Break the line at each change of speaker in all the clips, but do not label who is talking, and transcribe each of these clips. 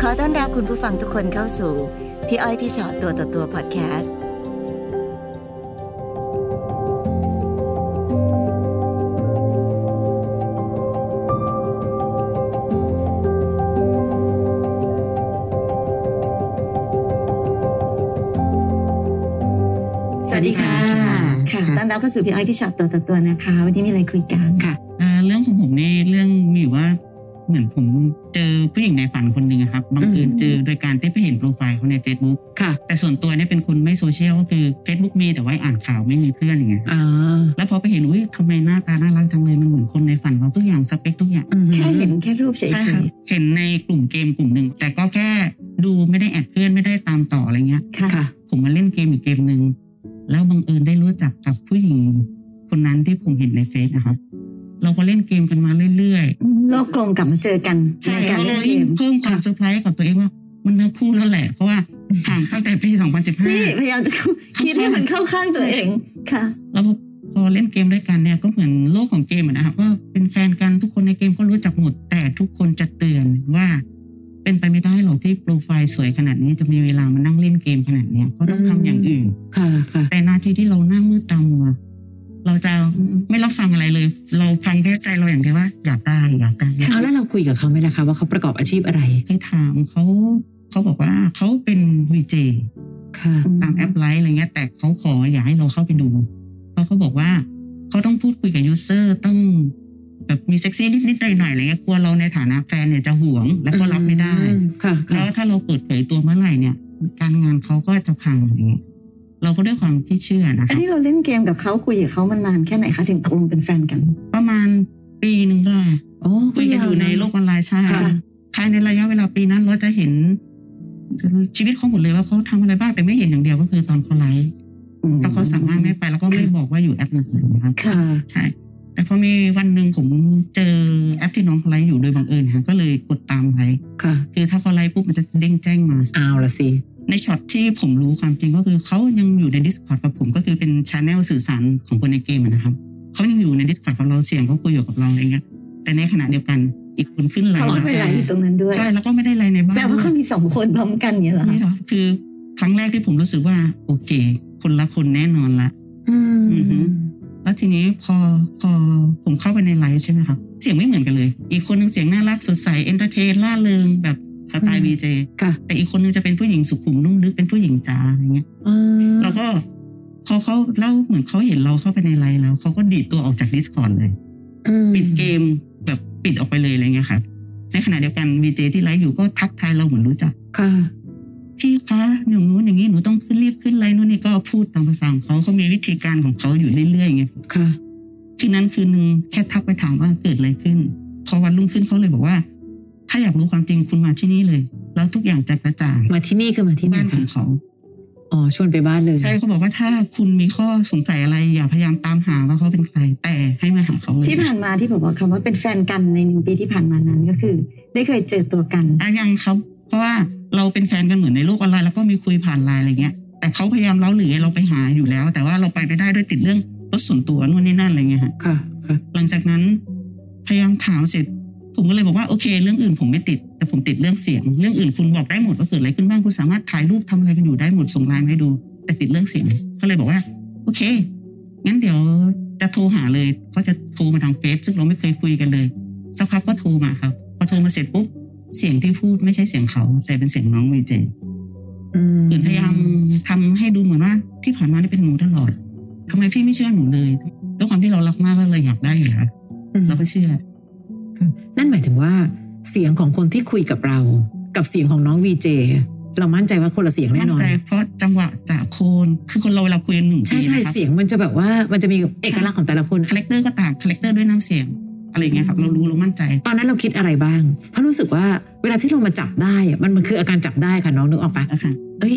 ขอต้อนรับคุณผู้ฟังทุกคนเข้าสู่ พี่อ้อยพี่ชอตตัวต่อตัวพอดแคสต์ สวัสดีค่ะ
ค่ะ
ต้อนรับเข้าสู่พี่อ้อยพี่ชอตตัวต่อตัวนะคะ วันนี้มีอะไรคุยกัน
อ่าเรื่องของผมนี่เรื่องมีอยู่ว่าเหมือนผมเจอผู้หญิงในฝันคนหนึ่งอะครับบังเอิญ
อืม
เจอโดยการได้ไปเห็นโปรไฟล์เขาใน Facebook
ค่ะ
แต่ส่วนตัวเนี่ยเป็นคนไม่โซเชียลก็คือ Facebook มีแต่ว่าอ่านข่าวไม่มีเพื่อนอย่างเงี้ย
อ่า
แล้วพอไปเห็นอุ้ยทำไมหน้าตาน่ารักจังเลยมันเหมือนคนในฝันเราทุกอย่างสเปคทุกอย่าง
อืม
แค่เห็นแค่รูปเฉย
ใช่ครับเห็นในกลุ่มเกมกลุ่มหนึ่งแต่ก็แค่ดูไม่ได้แอดเพื่อนไม่ได้ตามต่ออะไรเงี้ย
ๆค่ะ
ค่ะ
ผมมาเล่นเกมอีกเกมหนึ่งแล้วบังเอิญได้รู้จักกับผู้หญิง คนนั้นที่ผมเห็นในเฟซนะครับ เราก็เล่นเกมกันมาเรื่อยๆ
โลกกลมกลับมาเจอกัน
ใช่
นการ
เรา
เล่น
เลย
เกม
เพิ่มความเซอร์ไพรส์กับตัวเองว่า มันเนื้อคู่แล้วแหละ เพราะว่าห่างตั้งแต่ปี
นี่
2015
พยายามจะคิดให้มันเข้าข้างตัวเองค่ะ
แล้วพอเล่นเกมด้วยกันเนี่ยก็เหมือนโลกของเกมอะนะครับก็เป็นแฟนกันทุกคนในเกมก็รู้จักหมด แต่ทุกคนจะเตือนว่า เป็นไปไม่ได้หรอกที่โปรไฟล์สวยขนาดนี้จะมีเวลามานั่งเล่นเกมขนาดเนี้ยเขาต้องทำอย่างอื่น
ค่ะ ค่ะ
แต่นาทีที่เราหน้ามืดตามัวเราจะไม่รับฟังอะไรเลย เราฟังแค่ใจเราอย่างเดียวว่าอยากได้อยากได้อยากได้
เอาแล้วเราคุยกับเขาไหมล่ะคะว่าเขาประกอบอาชีพอะไร
เคยถามเขาเขาบอกว่าเขาเป็นวีเจ
ค่ะ
ตามแอปไลฟ์อะไรเงี้ย แต่เขาขออย่าให้เราเข้าไปดู เพราะเขาบอกว่าเขาต้องพูดคุยกับยูเซอร์ต้องแบบมีเซ็กซี่นิดๆหน่อยๆอะไรเงี้ยกลัวเราในฐานะแฟนเนี่ยจะหวงแล้วก็รับไม่ได้
อืมค่ะ
แล้
ค่ะ
วถ้าเราเปิดเผยตัวเมื่อไหร่เนี่ย การงานเขาก็จะพังอย่างเงี้ยเราก็ด้วยความที่เชื่อนะ
อัน
คะ
นี้เราเล่นเกมกับเขาคุยกับเขามานานแค่ไหนคะถึงตกลงเป็นแฟนกัน
ประมาณปีหนึ่งได้
โอ้
คุยกันอยู่ในโลกออนไลน์ใช่
ค่ะ
ภายในระยะเวลาปีนั้นเราจะเห็นชีวิตเขาหมดเลยว่าเขาทำอะไรบ้างแต่ไม่เห็นอย่างเดียวก็คือตอนเขาไลฟ์ตอนเขาสั่งงานไม่ไปแล้วก็ไม่บอกว่าอยู่แอปไหนนะครับ
ค่ะ
ใช่ แต่พอมีวันหนึ่งผมเจอแอปที่น้องเขาไลฟ์อยู่โดยบังเอิญฮะก็เลยกดตามไว้
ค่ะ
คือถ้าเขาไลฟ์ปุ๊บมันจะเด้งแจ้งมา
เอาละสิ
ในช็อตที่ผมรู้ความจริงก็คือเขายังอยู่ใน Discord กับผมก็คือเป็นชาแนลสื่อสารของคนในเกมอะนะครับเขายังอยู่ใน Discord กับเราเสียงเขาคุยอยู่กับเราอะไรเงี้ยแต่ในขณะเดียวกันอีกคนขึ้นไล
เขา
น์
ก็
ม่
ไปไลฟ์อยู่ตรงนั้นด้วย
ใช่แล้วก็ไม่ได้ไลน์ในบ้าน
แปลว่าเขามีสองคนพร้อมกันเนี่ยเหรอ
นี่เหรอคือครั้งแรกที่ผมรู้สึกว่า โอเค คนละคนแน่นอนละ
อืม
อือหือ แล้วทีนี้พอพอผมเข้าไปในไลฟ์ใช่ไหมครับ เสียงไม่เหมือนกันเลย อีกคนหนึงเสียงน่ารักสดใสเอนเตอร์เทนล่าเริงแบบสไตล์วีเจ
ค่ะ
แต่อีกคนหนึงจะเป็นผู้หญิงสุขุมนุ่มลึกเป็นผู้หญิงจ๋าอะไรเงี้ย
อ่า
แล้วก็พอเขาเล่าเหมือนเขาเห็นเราเข้าไปในไลฟ์แล้วเขาก็ดีดตัวออกจาก Discord เลย
อืม
ปิดเกมแบบปิดออกไปเลยอะไรเงี้ยค่ะในขณะเดียวกันวีเจที่ไลฟ์อยู่ก็ทักทายเราเหมือนรู้จัก
ค่ะ
พี่คะอย่างนู้นอย่างนี้หนูต้องขึ้นรีบขึ้นไรนู่นนี่ก็พูดตามภาษาของเขาเขามีวิธีการของเขาอยู่เรื่อยๆไง
ค่ะ
คืนนั้นคืนนึงแค่ทักไปถามว่าเกิดอะไรขึ้น พอวันรุ่งขึ้นเขาเลยบอกว่า ถ้าอยากรู้ความจริงคุณมาที่นี่เลย แล้วทุกอย่างจะกระจ่าง
มาที่นี่คือมาที่
ที่
ไหน
บ้านข
คะ
องเขา
อ๋อ ชวนไปบ้านเลย
ใช่เขาบอกว่าถ้าคุณมีข้อสงสัยอะไรอย่าพยายามตามหาว่าเขาเป็นใคร แต่ให้มาหาเขาเลย
ที่ผ่านมาที่บอกว่าคำว่าเป็นแฟนกันในหนึ่งปีที่ผ่านมานั้นก็คือ ได้เคยเจอตัวกัน
อ่ะยังครับ เพราะว่าเราเป็นแฟนกันเหมือนในโลกออนไลน์แล้วก็มีคุยผ่านไลน์อะไรเงี้ย แต่เขาพยายามเล้าหรือให้เราไปหาอยู่แล้ว แต่ว่าเราไปไม่ได้ด้วยติดเรื่องรถส่วนตัวนู่นนี่นั่นอะไรเงี้ยฮะ
ค่ะ ค่ะ
หลังจากนั้นพยายามถามเสร็จ ผมก็เลยบอกว่าโอเค เรื่องอื่นผมไม่ติด แต่ผมติดเรื่องเสียง เรื่องอื่นคุณบอกได้หมดว่าเกิดอะไรขึ้นบ้างคุณสามารถถ่ายรูปทำอะไรกันอยู่ได้หมดส่งไลน์มาให้ดู แต่ติดเรื่องเสียงก็เลยบอกว่า โอเคงั้นเดี๋ยวจะโทรหาเลยก็จะโทรมาทางเฟซซึ่งเราไม่เคยคุยกันเลยสักพักก็โทรมาครับพอโทรมาเสร็จปุ๊บเสียงที่พูดไม่ใช่เสียงเขา แต่เป็นเสียงน้องวีเจ
อืม
เหมือนพยายามทำให้ดูเหมือนว่าที่ผ่านมานี่เป็นหนูตลอดทำไมพี่ไม่เชื่อหนูเลยด้วยความที่เรารักมากก็เลยอยากได้อยู่แล้ว
อืม
เราก็เชื่อ
นั่นหมายถึงว่า เสียงของคนที่คุยกับเรา กับเสียงของน้องวีเจ เรามั่นใจว่าคนละเสียงแน่
มั่น
นอน
ใจเพราะจังหวะจากโคนคือคนเราเวลาคุยกันหนึ่ง
ใช่
ปี
ใช่
นะครับ
เสียงมันจะแบบว่ามันจะมีเอกลักษณ์ของแต่ละคน
คาแรคเตอร์ก็ต่างคาแรคเตอร์ด้วยน้ำเสียง อะไรอย่างเงี้ยครับ เรารู้เรามั่นใจ
ตอนนั้นเราคิดอะไรบ้าง เพราะรู้สึกว่าเวลาที่เรามาจับได้อะมันมันคืออาการจับได้ค่ะน้องนึกออกปะ
นะคะ
เอ้ย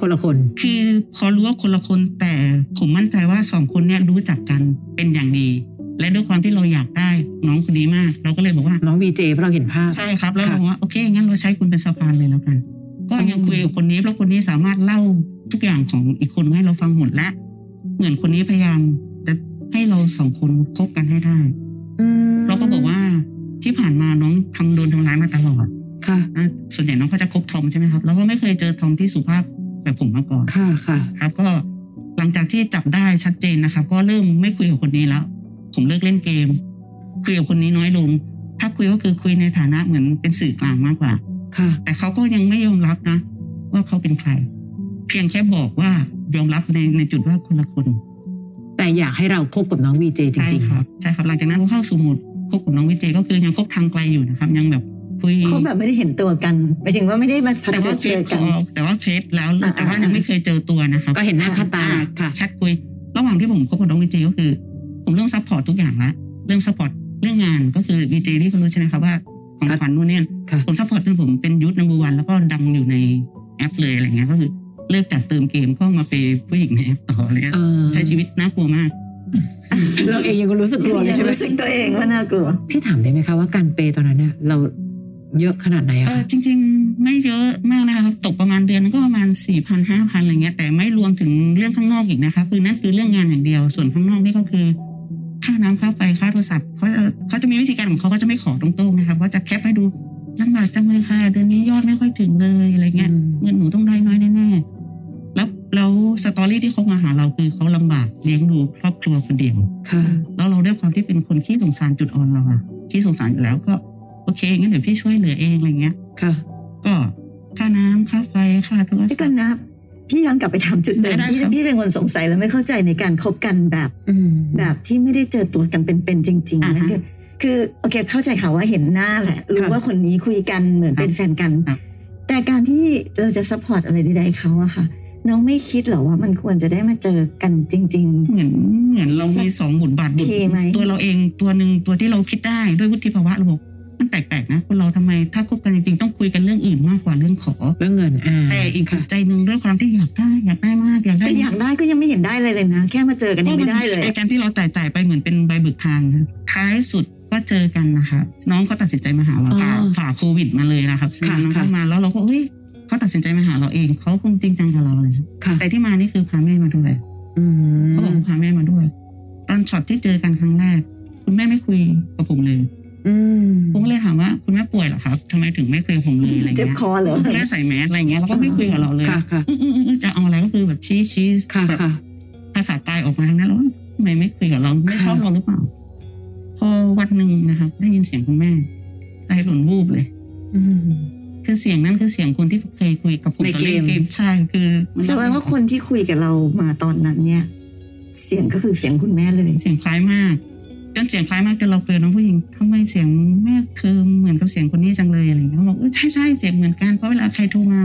คนละคน
คือพอรู้ว่าคนละคนแต่ผมมั่นใจว่าสองคนเนี่ยรู้จักกันเป็นอย่างดี และด้วยความที่เราอยากได้น้องคนนี้มาก เราก็เลยบอกว่า
น้องวีเจเพราะเราเห็นภาพ
ใช่ครับ แล้วเรา
ค่ะ
บอกว่าโอเคงั้นเราใช้คุณเป็นสะพานเลยแล้วกัน ก็ยัง
อืม
คุยกับคนนี้เพราะคนนี้สามารถเล่าทุกอย่างของอีกคนให้เราฟังหมดและ เหมือนคนนี้พยายามจะให้เราสองคนคบกันให้ได้
อืม
เราก็บอกว่าที่ผ่านมาน้องทำโดนทำร้ายมาตลอด
ค่ะ
อ่ะส่วนใหญ่น้องเขาจะคบทอมใช่ไหมครับเราก็ไม่เคยเจอทอมที่สุภาพแบบผมมาก่อน
ค่ะค่ะ
ครับ ก็หลังจากที่จับได้ชัดเจนนะครับ ก็เริ่มไม่คุยกับคนนี้แล้ว ผมเลิกเล่นเกม คุยกับคนนี้น้อยลง ถ้าคุยก็คือคุยในฐานะเหมือนเป็นสื่อกลางมากกว่า
ค่ะ
แต่เขาก็ยังไม่ยอมรับนะ ว่าเขาเป็นใคร เพียงแค่บอกว่ายอมรับในในจุดว่าคนละคน
แต่อยากให้เราคบกับน้องวีเจจริง
ใช่ครับใช่ครับหลังจากนั้นเขาเข้าสู่โหมดคบกับน้องวิเจก็คือยังคบทางไกลอยู่นะครับ ยังแบบคุย
เขาแบบไม่ได้เห็นตัวกันหมายถึงว่าไม่ได้มา
แต่ว่าเฟ
เจอ
ซ
กัน
ขอแต่ว่าเฟซแล้ว
อ่า
แต่ว่ายังไม่เคยเจอตัวนะครับ
ๆ ก็เห็นหน้าค่าตา
อ่
ค่ะ
แชัดคุย ระหว่างที่ผมคบกับน้องวีเจก็คือ ผมเรื่องซัพพอร์ตทุกอย่างละเรื่องซัพพอร์ตเรื่องงานก็คือวีเจที่เขารู้ใช่ไหมครับว่าของ
ครับ
ขวัญนู่นเนี่ย
ค่ะ
ผมซัพพอร์ตเพื่อนผมเป็นยูทนัมเบอร์วันแล้วก็ดังอยู่ในแอปเลยอะไรเงี้ยก็คือเลิกจัดเติมเกมก็มาเปย์ผู้หญิงในแอปต่ออะไรเลย
เออ
ใช้ชีวิตน่ากลัวมาก
เราเองยังรู้สึกกลัวเลย
ยัง
ใช่ไหม
รู้สึกตัวเองว่าน่ากลัว
พี่ถามได้ไหมคะว่าการเปย์ตอนนั้นเนี่ยเราเยอะขนาดไหนอะ
เออ
คะ
จริง ๆ ไม่เยอะมากนะครับตกประมาณเดือนก็ประมาณสี่พันห้าพันอะไรเงี้ยแต่ไม่รวมถึงเรื่องข้างนอกอีกนะคะคือนั่นคือเรื่องงานอย่างเดียว ส่วนข้างนอกนี่ก็คือ ค่าน้ำค่าไฟค่าโทรศัพท์เขาจะเขาจะมีวิธีการของเขาก็จะไม่ขอตรงๆนะคะก็จะแคปให้ดูลำบากจังเลยค่ะเดือนนี้ยอดไม่ค่อยถึงเลยอะไรเงี้ย
อืม
เงินหนูต้องได้น้อยแน่ๆ แล้วแล้วสตอรี่ที่เขามาหาเราคือเขาลำบากเลี้ยงดูครอบครัวคนเดียว
ค่ะ
แล้วเราด้วยความที่เป็นคนขี้สงสารจุดอ่อนเราอะขี้สงสารอยู่แล้วก็โอเคงั้นเดี๋ยวพี่ช่วยเหลือเองอะไรเงี้ย
ค่ะ
ก็ค่าน้ำค่าไฟค่าโทร
พี่
ศั
กั
พ
น
ท์
นะพี่ย้อนกลับไปถามจุดเดิม
ได้ได้
พี่
ครับ
พี่เป็นคนสงสัยและไม่เข้าใจในการคบกันแบบ
อืม
แบบที่ไม่ได้เจอตัวกันเป็นๆจริงๆ
อ่า
นั่น
ฮะ
คือคือโอเคเข้าใจค่ะว่าเห็นหน้าแหละ รู้
ค่ะ
ว่าคนนี้คุยกันเหมือน
ครับ
เป็นแฟนกัน
ครับ
แต่การที่เราจะซัพพอร์ตอะไรใดๆเขาอะค่ะ น้องไม่คิดเหรอว่ามันควรจะได้มาเจอกันจริง
เหมือนเหมือนเรามีสองบทบาทบท
เท่ไหม
ตัวเราเองตัวหนึ่งตัวที่เราคิดได้ด้วยวุฒิภาวะเราบอกมันแปลกๆนะคนเราทำไมถ้าคบกันจริงๆต้องคุยกันเรื่องอื่นมากกว่าเรื่องขอ
เรื่องเงินอ่า
แต่อีกจิ
ค่ะ
ตใจหนึ่งด้วยความที่อยากได้อยากได้มากอยาก
ๆ
ได้
แต่อ
มาก
ยากได้ก็ยังไม่เห็นได้เลยเลยนะ แค่มาเจอกันยังไม่ได้เลย
ไอ้การที่เราจ่ายจ่ายไปเหมือนเป็นใบเบิกทางครับท้ายสุดก็เจอกันนะคะ น้องก็ตัดสินใจมาหาเราค่ะฝ่าโควิดมาเลยนะครับซึ่งน้องเข้ามาแล้วเราก็เฮ้ยเขาตัดสินใจมาหาเราเองเขาคงจริงจังกับเราเลยครับ
ค่ะ
แต่ที่มานี่คือพาแม่มาด้วย
อื
เขาบอก
ม
ว่าพาแม่มาด้วย ตอนช็อตที่เจอกันครั้งแรก คุณแม่ไม่คุยกับผมเลย
อืม
ผมก็เลยถามว่าคุณแม่ป่วยเหรอครับทำไมถึงไม่คุยกับผมเลยอะไร
เจ็บ
เงี้ย
คอเหรอ
คุณแม่ใส่แมสอะไรเงี้ยแล้วก็ไม่คุยกับเราเลย
ค่ะค่ะ
อืออืออือจะเอาอะไรก็คือแบบชี้ชี้
ค่ะ
แบบ
ค่ะ
ภาษาใตายออกมาทั้งนั้นแล้วทำไมไม่คุยกับเราไม่ชอบเราหรือเปล่า พอวันหนึ่งนะครับ ได้ยินเสียงคุณแม่ใจหล่นวูบเลย
อืม
คือเสียงนั้นคือเสียงคนที่เคยคุยกับผม
ใน
ตอน
เกม
เล่นเกมใช่คือมัน
แสดงว่าคนที่คุยกับเรามาตอนนั้นเนี่ย เสียงก็คือเสียงคุณแม่เลย
เสียงคล้ายมากจนเสียงคล้ายมากจนเราคุยกับน้องผู้หญิงทำไมเสียงแม่เธอเหมือนกับเสียงคนนี้จังเลยอะไรอย่างเงี้ยเขาบอกเออใช่ใช่เสียงเหมือนกันเพราะเวลาใครโทรมา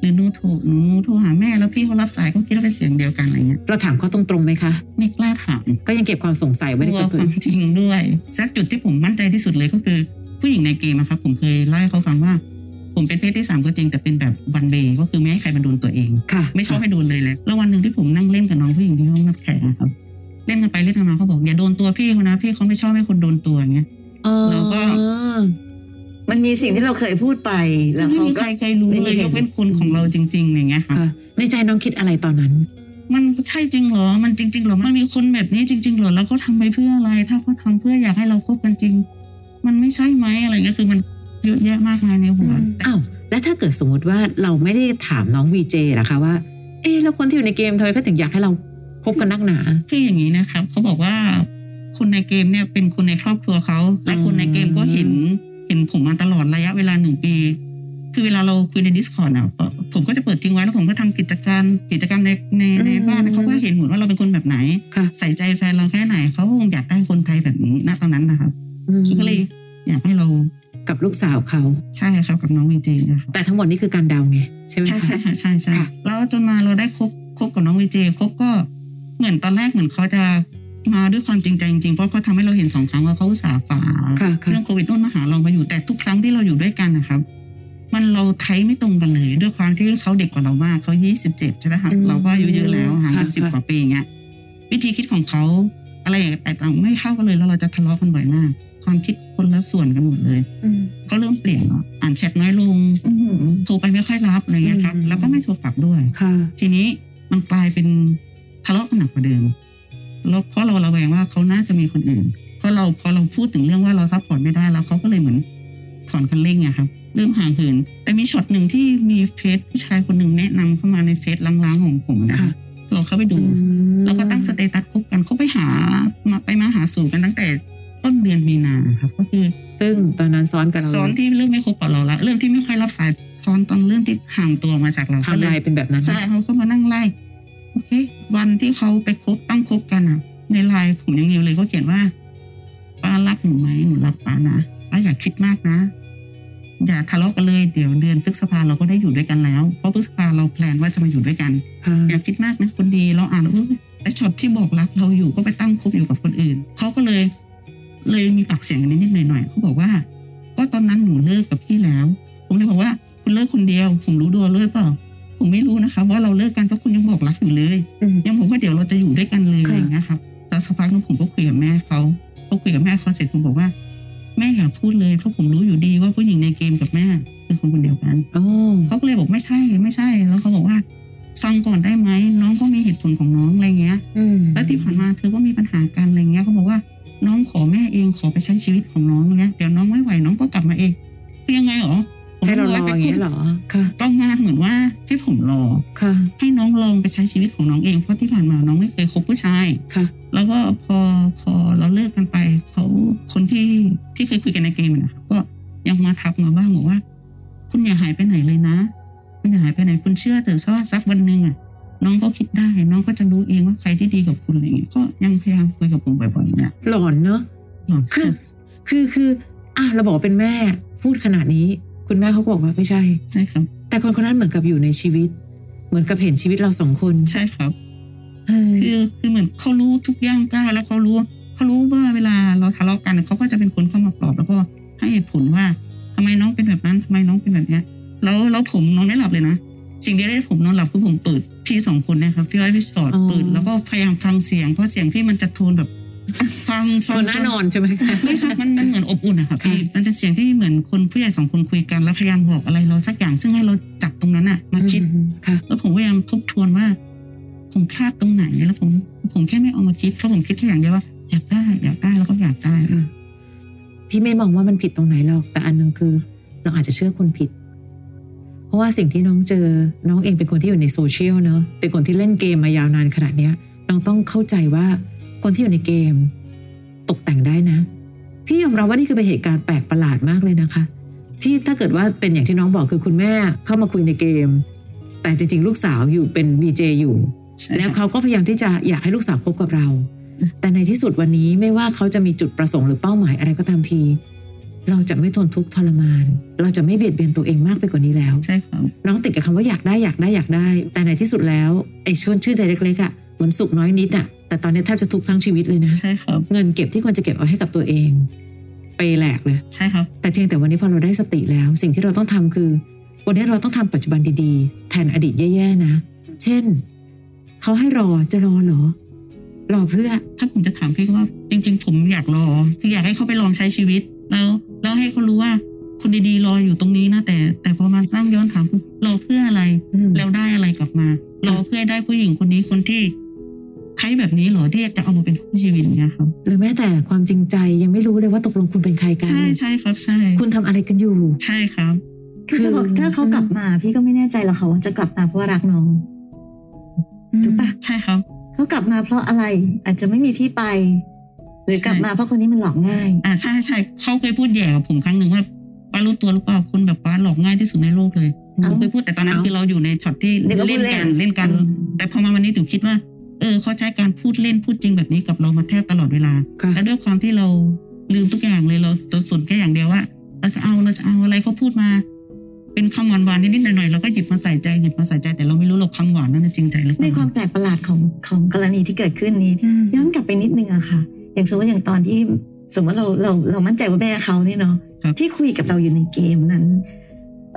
หรือหนูโทรหนูโทรหาแม่แล้วพี่เขารับสายก็คิดว่าเป็นเสียงเดียวกันอะไรเงี้ย
เราถามเขาตรงๆไหมคะ
ไม่กล้าถาม
ก็ยังเก็บความสงสัยไว้ใน
กลัว
ตัวเอ
ความ
ง
จริงด้วยและจุดที่ผมมั่นใจที่สุดเลยก็คือผู้หญิงในเกมอะครับผมเคยเล่าให้เขาฟังว่า ผมเป็นเพศที่สามก็จริงแต่เป็นแบบวันเ y ก็คือไม่ให้ใครมาโดนตัวเอง
ค่ะ
ไม่ชอบให้โดนเลยแหละแล้ววันหนึ่งที่ผมนั่งเล่นกับน้องผู้หญิงที่ห้องรับแขกอะครับ เล่นกันไปเล่นกันมาเขาบอกอย่าโดนตัวพี่เขานะพี่เขาไม่ชอบให้คนโดนตัวอย่างเงี้ย
อ๋อ
เราก็
มันมีสิ่งที่เราเคยพูดไป แล้
ซึ่ง
วเขา
ไม่มี
ก็
ใครเคยรู้เลยยกเว้นคนของเราจริงๆอย่างเงี้ยค่ะ
ค่ะ ในใจน้องคิดอะไรตอนนั้น
มันใช่จริงเหรอ มันจริงๆเหรอ มันมีคนแบบนี้จริง ๆเหรอ แล้วเขาทำไปเพื่ออะไร ถ้าเขาทำเพื่ออยากให้เราคบกันจริง มันไม่ใช่ไหมอะไรเงี้ย คือมันเยอะแยะมากมายในหัวแต่
อ้าว แล้วถ้าเกิดสมมติว่าเราไม่ได้ถามน้องวีเจล่ะคะว่า เอ๊ะแล้วคนที่อยู่ในเกมทำไมเขาถึงอยากให้เราคบกันนักหนา
คืออย่างนี้นะครับ เขาบอกว่าคนในเกมเนี่ยเป็นคนในครอบครัวเขา และ
อืม
คนในเกมก็เห็นเห็นผมมาตลอดระยะเวลาหนึ่งปี คือเวลาเราคุยใน Discord อ่ะ ผมก็จะเปิดทิ้งไว้แล้วผมก็ทำกิจการกิจกรรมในในในบ้านเขาก็เห็นหมดว่าเราเป็นคนแบบไหน
ค่ะ
ใส่ใจแฟนเราแค่ไหน เขาก็คงอยากได้คนไทยแบบนี้ณตอนนั้นนะครับ
อืม
เขาก็เลยอยากให้เรา
กับลูกสาวเขา
ใช่ครับกับน้องวีเจนะคะ
แต่ทั้งหมดนี่คือการเดาไงใช่ไหม
ใช่
คะ
ใช่ค่ะใช่ใช่
ค่ะ
แล้วจนมาเราได้คบคบกับน้องวีเจคบก็เหมือนตอนแรกเหมือนเขาจะมาด้วยความจริงใจจริงๆเพราะเขาทำให้เราเห็นสองครั้งว่าเขาอุตส่าห์ฝ่า
ค่ะค่ะ
เรื่องโควิดโน่นมาหาเรามาอยู่แต่ทุกครั้งที่เราอยู่ด้วยกันนะครับมันเราไทยไม่ตรงกันเลย ด้วยความที่เขาเด็กกว่าเรามากเขายี่สิบเจ็ดใช่ไหมคะเราก็อายุเยอะแล้วห่างกันสิบกว่าปีอย่างเงี้ยวิธีคิดของเขาอะไรอย่างเงี้ยแต่เราไม่เข้ากันเลยแล้วเราจะทะเลาะกันบ่อยมากความคิดคนละส่วนกันหมดเลย
อืม
ก็เริ่มเปลี่ยนแล้วอ่านแชทน้อยลง
อื้อหือ
โทรไปไม่ค่อยรับอะไรเงี้ยครับ
อืม
แล้วก็ไม่โทรกลับด้วย
ค่ะ
ทีนี้มันกลายเป็นทะเลาะกันหนักกว่าเดิมแล้วเพราะเราระแวงว่าเขาน่าจะมีคนอื่นเพราะเราพอเราพูดถึงเรื่องว่าเราซัพพอร์ตไม่ได้แล้วเขาก็เลยเหมือนถอนคันเร่งอะครับ เริ่มห่างเหิน แต่มีช็อตหนึ่งที่มีเฟซผู้ชายคนหนึ่งแนะนำเข้ามาในเฟซล้างๆของผมนะ
ค่ะ
เราเข้าไปดู แล้วก็ตั้งสเตตัสคบกันเขาไปหามาไปมาหาสู่กันตั้งแต่ต้นเดือนมีนาครับก็คือ
ซึ่งตอนนั้นซ้อนกันเรา
ซ้อนที่เริ่มไม่คบกับเราละเริ่มที่ไม่ค่อยรับสายซ้อนตอนเริ่มที่ห่างตัวมาจากเรา
ไทำลายเป็นแบบนั้น
ใช่เขาก็มานั่งไล่โอเค วันที่เขาไปคบตั้งคบกันอ่ะ ในไลน์ผมยังอยู่เลยก็เขียนว่าป้ารักหนูไหมหนูรักป้านะป้าอย่าคิดมากนะ อย่าทะเลาะกันเลยเดี๋ยวเดือนพฤษภาเราก็ได้อยู่ด้วยกันแล้วเพราะพฤษภาเราแพลนว่าจะมาอยู่ด้วยกัน
ค่ะ
อย่าคิดมากนะคนดีเราอ่านแล้วเออแต่ช็อตที่บอกรักเราอยู่ก็ไปตั้งคบอยู่กับคนอื่นเขาก็เลย เลยมีปากเสียงกันนิดๆหน่อยๆเขาบอกว่า ก็ตอนนั้นหนูเลิกกับพี่แล้ว ผมเลยบอกว่าคุณเลิกคนเดียว ผมรู้ตัวเลยเปล่าผมไม่รู้นะคะ ว่าเราเลิกกันเพราะคุณยังบอกรักอยู่เลย
อืม
ยังบอกว่าเดี๋ยวเราจะอยู่ด้วยกันเลย
ค่ะ
อะไรอย่างเงี้ยครับแล้วสักพักหนึงผมก็คุยกับแม่เขาพอคุยกับแม่เขาเสร็จผมบอกว่า แม่อย่าพูดเลยเพราะผมรู้อยู่ดีว่าผู้หญิงในเกมกับแม่คือคนคนเดียวกัน
โอ้
เขาก็เลยบอกไม่ใช่ไม่ใช่ แล้วเขาบอกว่า ฟังก่อนได้ไหมน้องก็มีเหตุผลของน้องอะไรเงี้ย
อืม
แล้วที่ผ่านมาเธอก็มีปัญหากันอะไรเงี้ยเขาบอกว่าน้องขอแม่เองขอไปใช้ชีวิตของน้องเงี้ยเดี๋ยวน้องไม่ไหวน้องก็กลับมาเองคือยังไงหรอผม
ให้เราร
บ
อก อ
ว่
ย่าง
ไปค
เงี้ย
บ
เหรอค่ะ
ต้องมาเหมือนว่าให้ผมรอ
ค่ะ
ให้น้องลองไปใช้ชีวิตของน้องเองเพราะที่ผ่านมาน้องไม่เคยคบผู้ชาย
ค่ะ
แล้วก็พอพอเราเลิกกันไปเขาคนที่ที่เคยคุยกันในเกมอะนะคะก็ยังมาทักมาบ้างบอกว่า คุณอย่าหายไปไหนเลยนะ คุณอย่าหายไปไหนคุณเชื่อเถอะซะว่าสักวันหนึ่งอ่ะน้องก็คิดได้ น้องก็จะรู้เองว่าใครที่ดีกับคุณอะไรเงี้ยก็ยังพยายามคุยกับผมบ่อยๆเนี่ย
หลอนเนอะ
หลอน
คื
ขึ้
อ
น
คือ คือ อ่ะ เราบอกว่าเป็นแม่ พูดขนาดนี้ คุณแม่เขาก็บอกว่าไม่ใช่
ใช่ครับ
แต่คนคนนั้นเหมือนกับอยู่ในชีวิต เหมือนกับเห็นชีวิตเราสองคน
ใช่ครับ
เออ
คือคือเหมือนเขารู้ทุกย่างก้าวแล้วเขารู้เขารู้ว่าเวลาเราทะเลาะกันเขาก็จะเป็นคนเข้ามาปลอบแล้วก็ให้เหตุผลว่าทำไมน้องเป็นแบบนั้นทำไมน้องเป็นแบบเนี้ยแล้วแล้วผมนอนไม่หลับเลยนะสิ่งเดียวที่ผมนอนหลับคือผมเปิดพี่สองคนเนะครับพี่อ้อยพี่ชอดเปิดแล้วก็พยายามฟังเสียงเพราะเสียงพี่มันจะโทนแบบ ฟังฟัง
คนหน่านอนใช่ไหม
ไม่ครับมันมันเหมือนอบอุ่นอะค่ะพี่
ค่ะ
มันจะเสียงที่เหมือนคนผู้ใหญ่สองคนคุยกันแล้วพยายามบอกอะไรเราสักอย่างซึ่งให้เราจับตรงนั้นอะมาคิด
อืมค่ะ
แล้วผมพยายามทบทวนว่า ผมพลาดตรงไหนแล้วผมผมแค่ไม่เอามาคิดเพราะผมคิดแค่อย่างเดียวว่า อยากได้อยากได้แล้วก็อยากได้
ค่ะพี่ไม่มองว่ามันผิดตรงไหนหรอก แต่อันหนึงคือ เราอาจจะเชื่อคนผิด เพราะว่าสิ่งที่น้องเจอ น้องเองเป็นคนที่อยู่ในโซเชียลเนอะเป็นคนที่เล่นเกมมายาวนานขนาดเนี้ย น้องต้องเข้าใจว่าคนที่อยู่ในเกม ตกแต่งได้นะ พี่ยอมรับว่านี่คือเป็นเหตุการณ์แปลกประหลาดมากเลยนะคะ ที่ถ้าเกิดว่าเป็นอย่างที่น้องบอกคือคุณแม่เข้ามาคุยในเกม แต่จริงๆ ลูกสาวอยู่เป็นวีเจอยู่ แล้วเขาก็พยายามที่จะอยากให้ลูกสาวคบกับเรา
อืม
แต่ในที่สุดวันนี้ไม่ว่าเขาจะมีจุดประสงค์หรือเป้าหมายอะไรก็ตามที เราจะไม่ทนทุกข์ทรมาน เราจะไม่เบียดเบียนตัวเองมากไปกว่านี้แล้ว
ใช่ครับ
น้องติดกับคำว่าอยากได้อยากได้อยากได้ แต่ในที่สุดแล้วไอ้ชวนชื่นใจเล็กๆอะ่ะเหมือนสุขน้อยนิดอ่ะ แต่ตอนนี้แทบจะทุกข์ทั้งชีวิตเลยนะ
ใช่ครับ
เงินเก็บที่ควรจะเก็บเอาให้กับตัวเอง ไปแหลกเลย
ใช่ครับ
แต่เพียงแต่วันนี้พอเราได้สติแล้ว สิ่งที่เราต้องทำคือ วันนี้เราต้องทำปัจจุบันดีๆ แทนอดีตแย่ๆนะ เช่น เขาให้รอจะรอเหรอ รอเพื่อ
ถ้าผมจะถามพี่ก็ว่า จริง ๆ ผมอยากรอคืออยากให้เขาไปลองใช้ชีวิต แล้วแล้วให้เขารู้ว่า คนดีๆรออยู่ตรงนี้นะแต่ แต่พอมานั่งย้อนถามปุ๊บรอเพื่ออะไร
อืม
แล้วได้อะไรกลับมา รอเพื่อได้ผู้หญิงคนนี้คนที่ใครแบบนี้เหรอที่จะเอามาเป็นคู่ชีวิตเนี่ยครับ
หรือแม้แต่ความจริงใจยังไม่รู้เลยว่าตกลงคุณเป็นใครกัน
ใช่ใช่ครับใช่
คุณทำอะไรกันอยู่
ใช่ครับ
คือถ้าเขา
คือ
ถ้าเขากลับมา พี่ก็ไม่แน่ใจหรอกค่ะว่าจะกลับมาเพราะว่ารักน้องถูกปะ
ใช่ครับ
เขากลับมาเพราะอะไรอาจจะไม่มีที่ไป หรือกลับมาเพราะคนนี้มันหลอกง่าย
อ่าใช่ใช่เขาเคยพูดแย่กับผมครั้งหนึ่งว่าป้ารู้ตัวหรือเปล่าคนแบบป้าหลอกง่ายที่สุดในโลกเลย
เอ้า
เขาเคยพูดแต่ตอนนั้น
เอ้า
คือเราอยู่ในช็อตที่
เดี๋ยวก็พู
เล่
ด
น
เล่น
กันเล่นกัน แต่พอมาวันนี้ถึงคิดว่า เออเขาใช้การพูดเล่นพูดจริงแบบนี้กับเรามาแทบตลอดเวลา
ค่ะ
และด้วยความที่เราลืมทุกอย่างเลยเราเราสนแค่อย่างเดียวว่า เราจะเอาเราจะเอาอะไรเขาพูดมา เป็นคำหวานๆนิดๆหน่อยๆเราก็หยิบมาใส่ใจหยิบมาใส่ใจแต่เราไม่รู้หรอกคำหวานนั้นนะจริงใจหรือเป
ในควา
ล่าม
แปลกประหลาดของของกรณีที่เกิดขึ้นนี้
อืม
ย้อนกลับไปนิดนึงอะค่ะ อย่างสมมติอย่างตอนที่สมมติเราเราเรามั่นใจว่าแม่เขาเนี่ยเนาะที่คุยกับเราอยู่ในเกมนั้น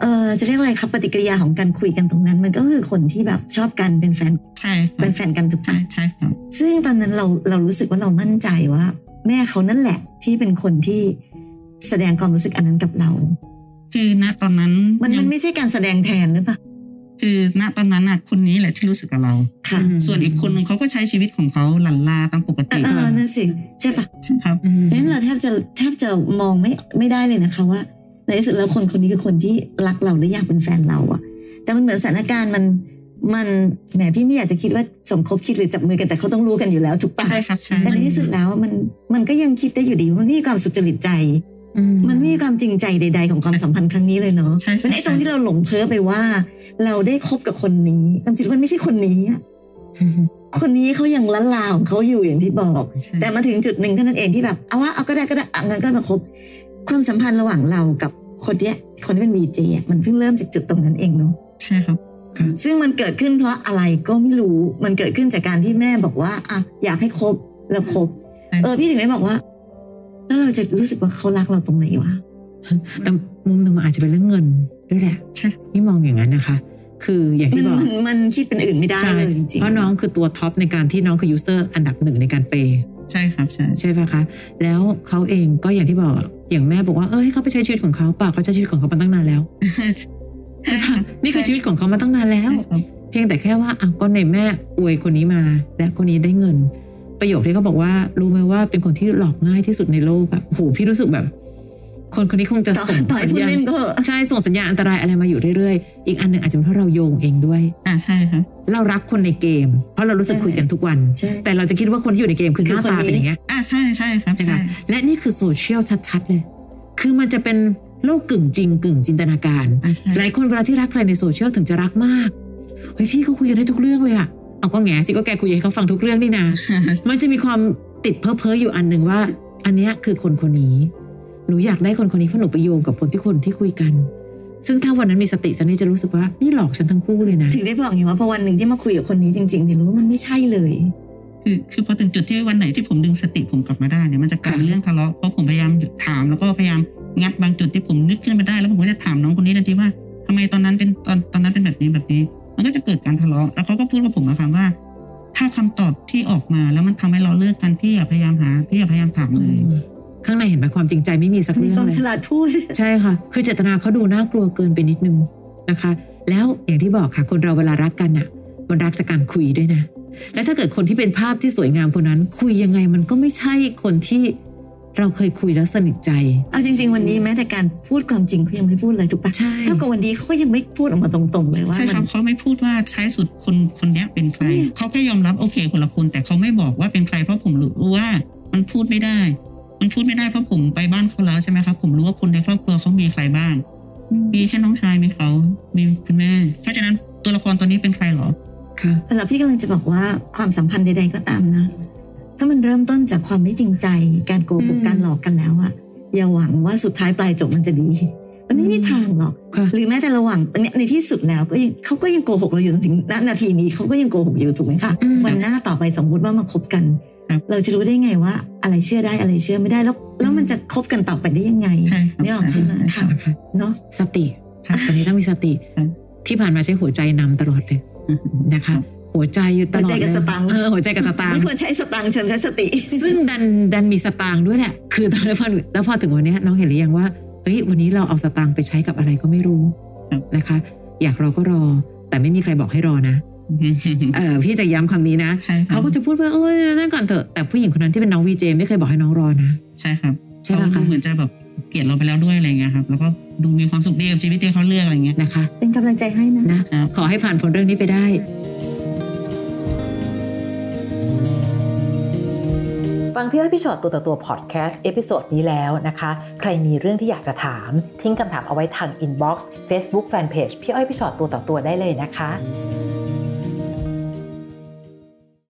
เออจะเรียกอะไรครับปฏิกิริยาของการคุยกันตรงนั้น มันก็คือคนที่แบบชอบกันเป็นแฟน
ใช่ครั
เป็
บ
นแฟนกันถูก
ใช่
ปะ
ใช่ครับ
ซึ่งตอนนั้นเราเรารู้สึกว่าเรามั่นใจว่า แม่เขานั่นแหละที่เป็นคนที่แสดงความรู้สึกอันนั้นกับเรา
คือณตอนนั้น
มัน
ยั
มั
ง
นไม่ใช่การแสดงแทนหรือเปล่า
คือณตอนนั้นน่ะคนนี้แหละที่รู้สึกกับเรา
ค่ะ
ม
ส่วนอีกคนหนึ่งเขาก็ใช้ชีวิตของเขาหลันลาตามปก
เอ
ติ
อเออนั่นสิใช่ปะ
ใช่ครับ
อืม
เพราะฉะนั้นเราแทบจะแทบจะมองไม่ไม่ได้เลยนะคะว่า ใน ในที่สุดแล้วคนคนนี้คือคนที่รักเราและอยากเป็นแฟนเราอะแต่มันเหมือนสถานการณ์มันมันแหมพี่ไม่อยากจะคิดว่าสมคบคิดหรือจับมือกันแต่เขาต้องรู้กันอยู่แล้วถูกปะ
ใช่ครับใช่
แต่ในที่สุดแล้วมันมันก็ยังคิดได้อยู่ดีว่ามันไม่มีความสุจริตใจ
อื
มันไม่มีความจริงใจใด ๆ ของความสัมพันธ์ครั้งนี้เลยเนาะ
ใช่ค
มัน
บ
ไอ้ตรงที่
ใช่
เราหลงเพ้อไปว่า เราได้คบกับคนนี้ความจริงมันไม่ใช่คนนี้อะ
อืม
คนนี้เขายังล้านลาของเขาอยู่อย่างที่บอก
ใช่
แต่มาถึงจุดหนึ่งเท่านั้นเองที่แบบเอาวะเอาก็ได้ก็ได้อ่ะงั้นก็มาคบความสัมพันธ์ระหว่างเรากับคนเนี้ยคนที่เป็นวีเจอะมันเพิ่งเริ่มจากจุดตรงนั้นเองเนาะ
ใช่ครับ
ซึ่งมันเกิดขึ้นเพราะอะไรก็ไม่รู้มันเกิดขึ้นจากการที่แม่บอกว่าอ่ะอยากให้คบแล้วคบ
อืม
เออพี่ถึงได้บอกว่า แล้วเราจะรู้สึกว่าเขารักเราตรงไหนวะ
แต่มุมหนึ่งมันอาจจะเป็นเรื่องเงินด้วยแหละ
ใช่
นี่มองอย่างนั้นนะคะ คืออย่าง
มั
ที่
น
บอก
มันมันคิดเป็นอื่นไม่ได้
ใช่
เลยจริงๆ
เพราะน้องคือตัวท็อปในการที่น้องคือยูเซอร์อันดับหนึ่งในการเปย์
ใช่ครับใช่
ใช่ปะคะ แล้วเขาเองก็อย่างที่บอกอะอย่างแม่บอกว่าเอ้ยเขาไปใช้ชีวิตของเขาเปล่าเขาใช้ชีวิตของเขามาตั้งนานแล้ว
ใช่
ใช่
รั
ปะ
บ
นี่คือชีวิตของเขามาตั้งนานแล้ว
ใช่ครับ
เพียงแต่แค่ว่าอ่ะก็ในแม่อวยคนนี้มา และคนนี้ได้เงิน ประโยคที่เขาบอกว่ารู้ไหมว่าเป็นคนที่หลอกง่ายที่สุดในโลกอะโหพี่รู้สึกแบบ คนคนนี้คงจะ
ต่อ
ส่ง
ต่อย
สัญ
พูด
ญาณ
เล่นก็เหอะ
ใช่ส่งสัญญาณอันตรายอะไรมาอยู่เรื่อยๆอีกอันหนึ่งอาจจะเป็นเพราะเราโยงเองด้วย
อ่าใช่ครับ
เรารักคนในเกม เพราะเรารู้สึกคุยกันทุกวัน
ใช่
แต่เราจะคิดว่าคนที่อยู่ในเกมคือห
คือ
น้า
คน
ตา
นี้
เป็นอย่างเงี้ย
อ่าใช่ใช่ครับ
นะ
ใช่
คะและนี่คือโซเชียลชัดๆเลย คือมันจะเป็นโลกกึ่งจริงกึ่งจินตนาการ
อ่าใช่
หลายคนเวลาที่รักใครในโซเชียลถึงจะรักมาก เฮ้ยพี่เขาคุยกันได้ทุกเรื่องเลยอะเอาก็แง่สิก็แกคุยให้เขาฟังทุกเรื่องนี่นะ มันจะมีความติดเพ้อเพ้ออยู่อันหนึ่งว่า อันเนี้ยคือคนคนนี้ หนูอยากได้คนคนนี้เพราะหนูไปโยงกับคนที่คนที่คุยกัน ซึ่งถ้าวันนั้นมีสติสันนี่จะรู้สึกว่านี่หลอกฉันทั้งคู่เลยนะ
ถึงได้บอกอย่างว่าพอวันหนึ่งที่มาคุยกับคนนี้จริงๆถึงรู้ว่ามันไม่ใช่เลย
คือคือพอถึงจุดที่วันไหนที่ผมดึงสติผมกลับมาได้เนี่ยมันจะกลายเป็น
ค่ะ
เรื่องทะเลาะเพราะผมพยายามถามแล้วก็พยายามงัดบางจุดที่ผมนึกขึ้นมาได้ แล้วผมก็จะถามน้องคนนี้ทันทีว่าทำไมตอนนั้นเป็นตอนตอนนั้นเป็นแบบนี้แบบนี้ มันก็จะเกิดการทะเลาะแล้วเขาก็พูดกับผมนะคะว่า ถ้าคำตอบที่ออกมาแล้วมันทำให้เราเลิกกันพี่อย่าพยายามหาพี่อย่าพยายามถามเลย
ข้างในเห็นไหมความจริงใจไม่มีสัก
มี
เรื่อง
ความ
เลย
ฉลาดพูด
ใช่ค่ะ คือเจตนาเขาดูน่ากลัวเกินไปนิดนึงนะคะ แล้วอย่างที่บอกค่ะ คนเราเวลารักกันอ่ะ มันรักจากการคุยด้วยนะ และถ้าเกิดคนที่เป็นภาพที่สวยงามคนนั้น คุยยังไงมันก็ไม่ใช่คนที่เราเคยคุยแล้วสนิทใจ
เอาจริง ๆ วันนี้แม้แต่การพูดความจริงเขายังไม่พูดเลยถูกปะ
ใช่
เท่ากับวันนี้เขาก็ยังไม่พูดออกมาตรงๆเลยว่า
ใช่ค
มั
รับ
น
เขาไม่พูดว่าท้ายสุดคนคนเนี้ยเป็นใคร
เนี่ย
เขาแค่ยอมรับโอเคคนละคนแต่เขาไม่บอกว่าเป็นใครเพราะผมรู้ว่ามันพูดไม่ได้ มันพูดไม่ได้เพราะผมไปบ้านเขาแล้วใช่ไหมครับผมรู้ว่าคนในครอบครัวเขามีใครบ้าง มีแค่น้องชายมีเขา มีคุณแม่ เพราะฉะนั้นตัวละครตัวนี้เป็นใครเหรอ
ค่ะ
แต่เราพี่กำลังจะบอกว่าความสัมพันธ์ใด ๆก็ตามนะ ถ้ามันเริ่มต้นจากความไม่จริงใจ การโกหก
อืม
การหลอกกันแล้วอะอย่าหวังว่าสุดท้ายปลายจบมันจะดี มันไม่มีทางหรอก
ค่ะ
หรือแม้แต่ระหว่างตรงเนี้ยในที่สุดแล้วก็ยังเขาก็ยังโกหกเราอยู่จนถึงณนาทีนี้เขาก็ยังโกหกอยู่ถูกไหมคะ
อืม
วันหน้าต่อไปสมมติว่ามาคบกัน
ครับ
เราจะรู้ได้ไงว่า อะไรเชื่อได้อะไรเชื่อไม่ได้แล้วแล้วมันจะคบกันต่อไปได้ยังไง
ใช่ครับ
ไม่ออกใช่ไหม
ครับ
นะคะ
เนาะ
สติ
ค่ะ
ตอนนี้ต้องมีสติ
ค่ะ
ที่ผ่านมาใช้หัวใจนำตลอดเลยนะ
ครั
คะ
บ
หัวใจอยู่ตลอด
หัวใจกับ
เลย
สตังค์
เออหัวใจกับสตางค์
ไม่ควรใช้สตังค์เชิญใช้สติ
ซึ่งดันดันมีสตางค์ด้วยแหละ คือตอนแล้วพอแล้วพอถึงวันเนี้ยน้องเห็นหรือยังว่า เฮ้ย วันนี้เราเอาสตางค์ไปใช้กับอะไรก็ไม่รู้
ครับ
นะคะ อยากรอก็รอ แต่ไม่มีใครบอกให้รอนะ เออพี่จะย้ำคำนี้นะ
ใช่ครั
เขา
บ
ก็จะพูดว่าเอ้ยนั่นก่อนเถอะ แต่ผู้หญิงคนนั้นที่เป็นน้องวีเจไม่เคยบอกให้น้องรอนะ
ใช่ครับ
ใช่ปะ
เขาดู
คะ
เหมือนจะแบบเกลียดเราไปแล้วด้วยอะไรเงี้ยครับ แล้วก็ดูมีความสุขดีกับชีวิตที่เขาเลือกอะไรเงี้ย
นะคะ
เป็นกำลังใจให้นะ
นะ
ครับ
ขอให้ผ่านพ้นเรื่องนี้ไปได้
ฟังพี่อ้อยพี่ชอตตัวต่อตัวพอดแคสต์เอพิโซดนี้แล้วนะคะ ใครมีเรื่องที่อยากจะถาม ทิ้งคำถามเอาไว้ทางอินบ็อกซ์เฟซบุ๊กแฟนเพจพี่อ้อยพี่ชอตตัวต่อตัวได้เลยนะคะ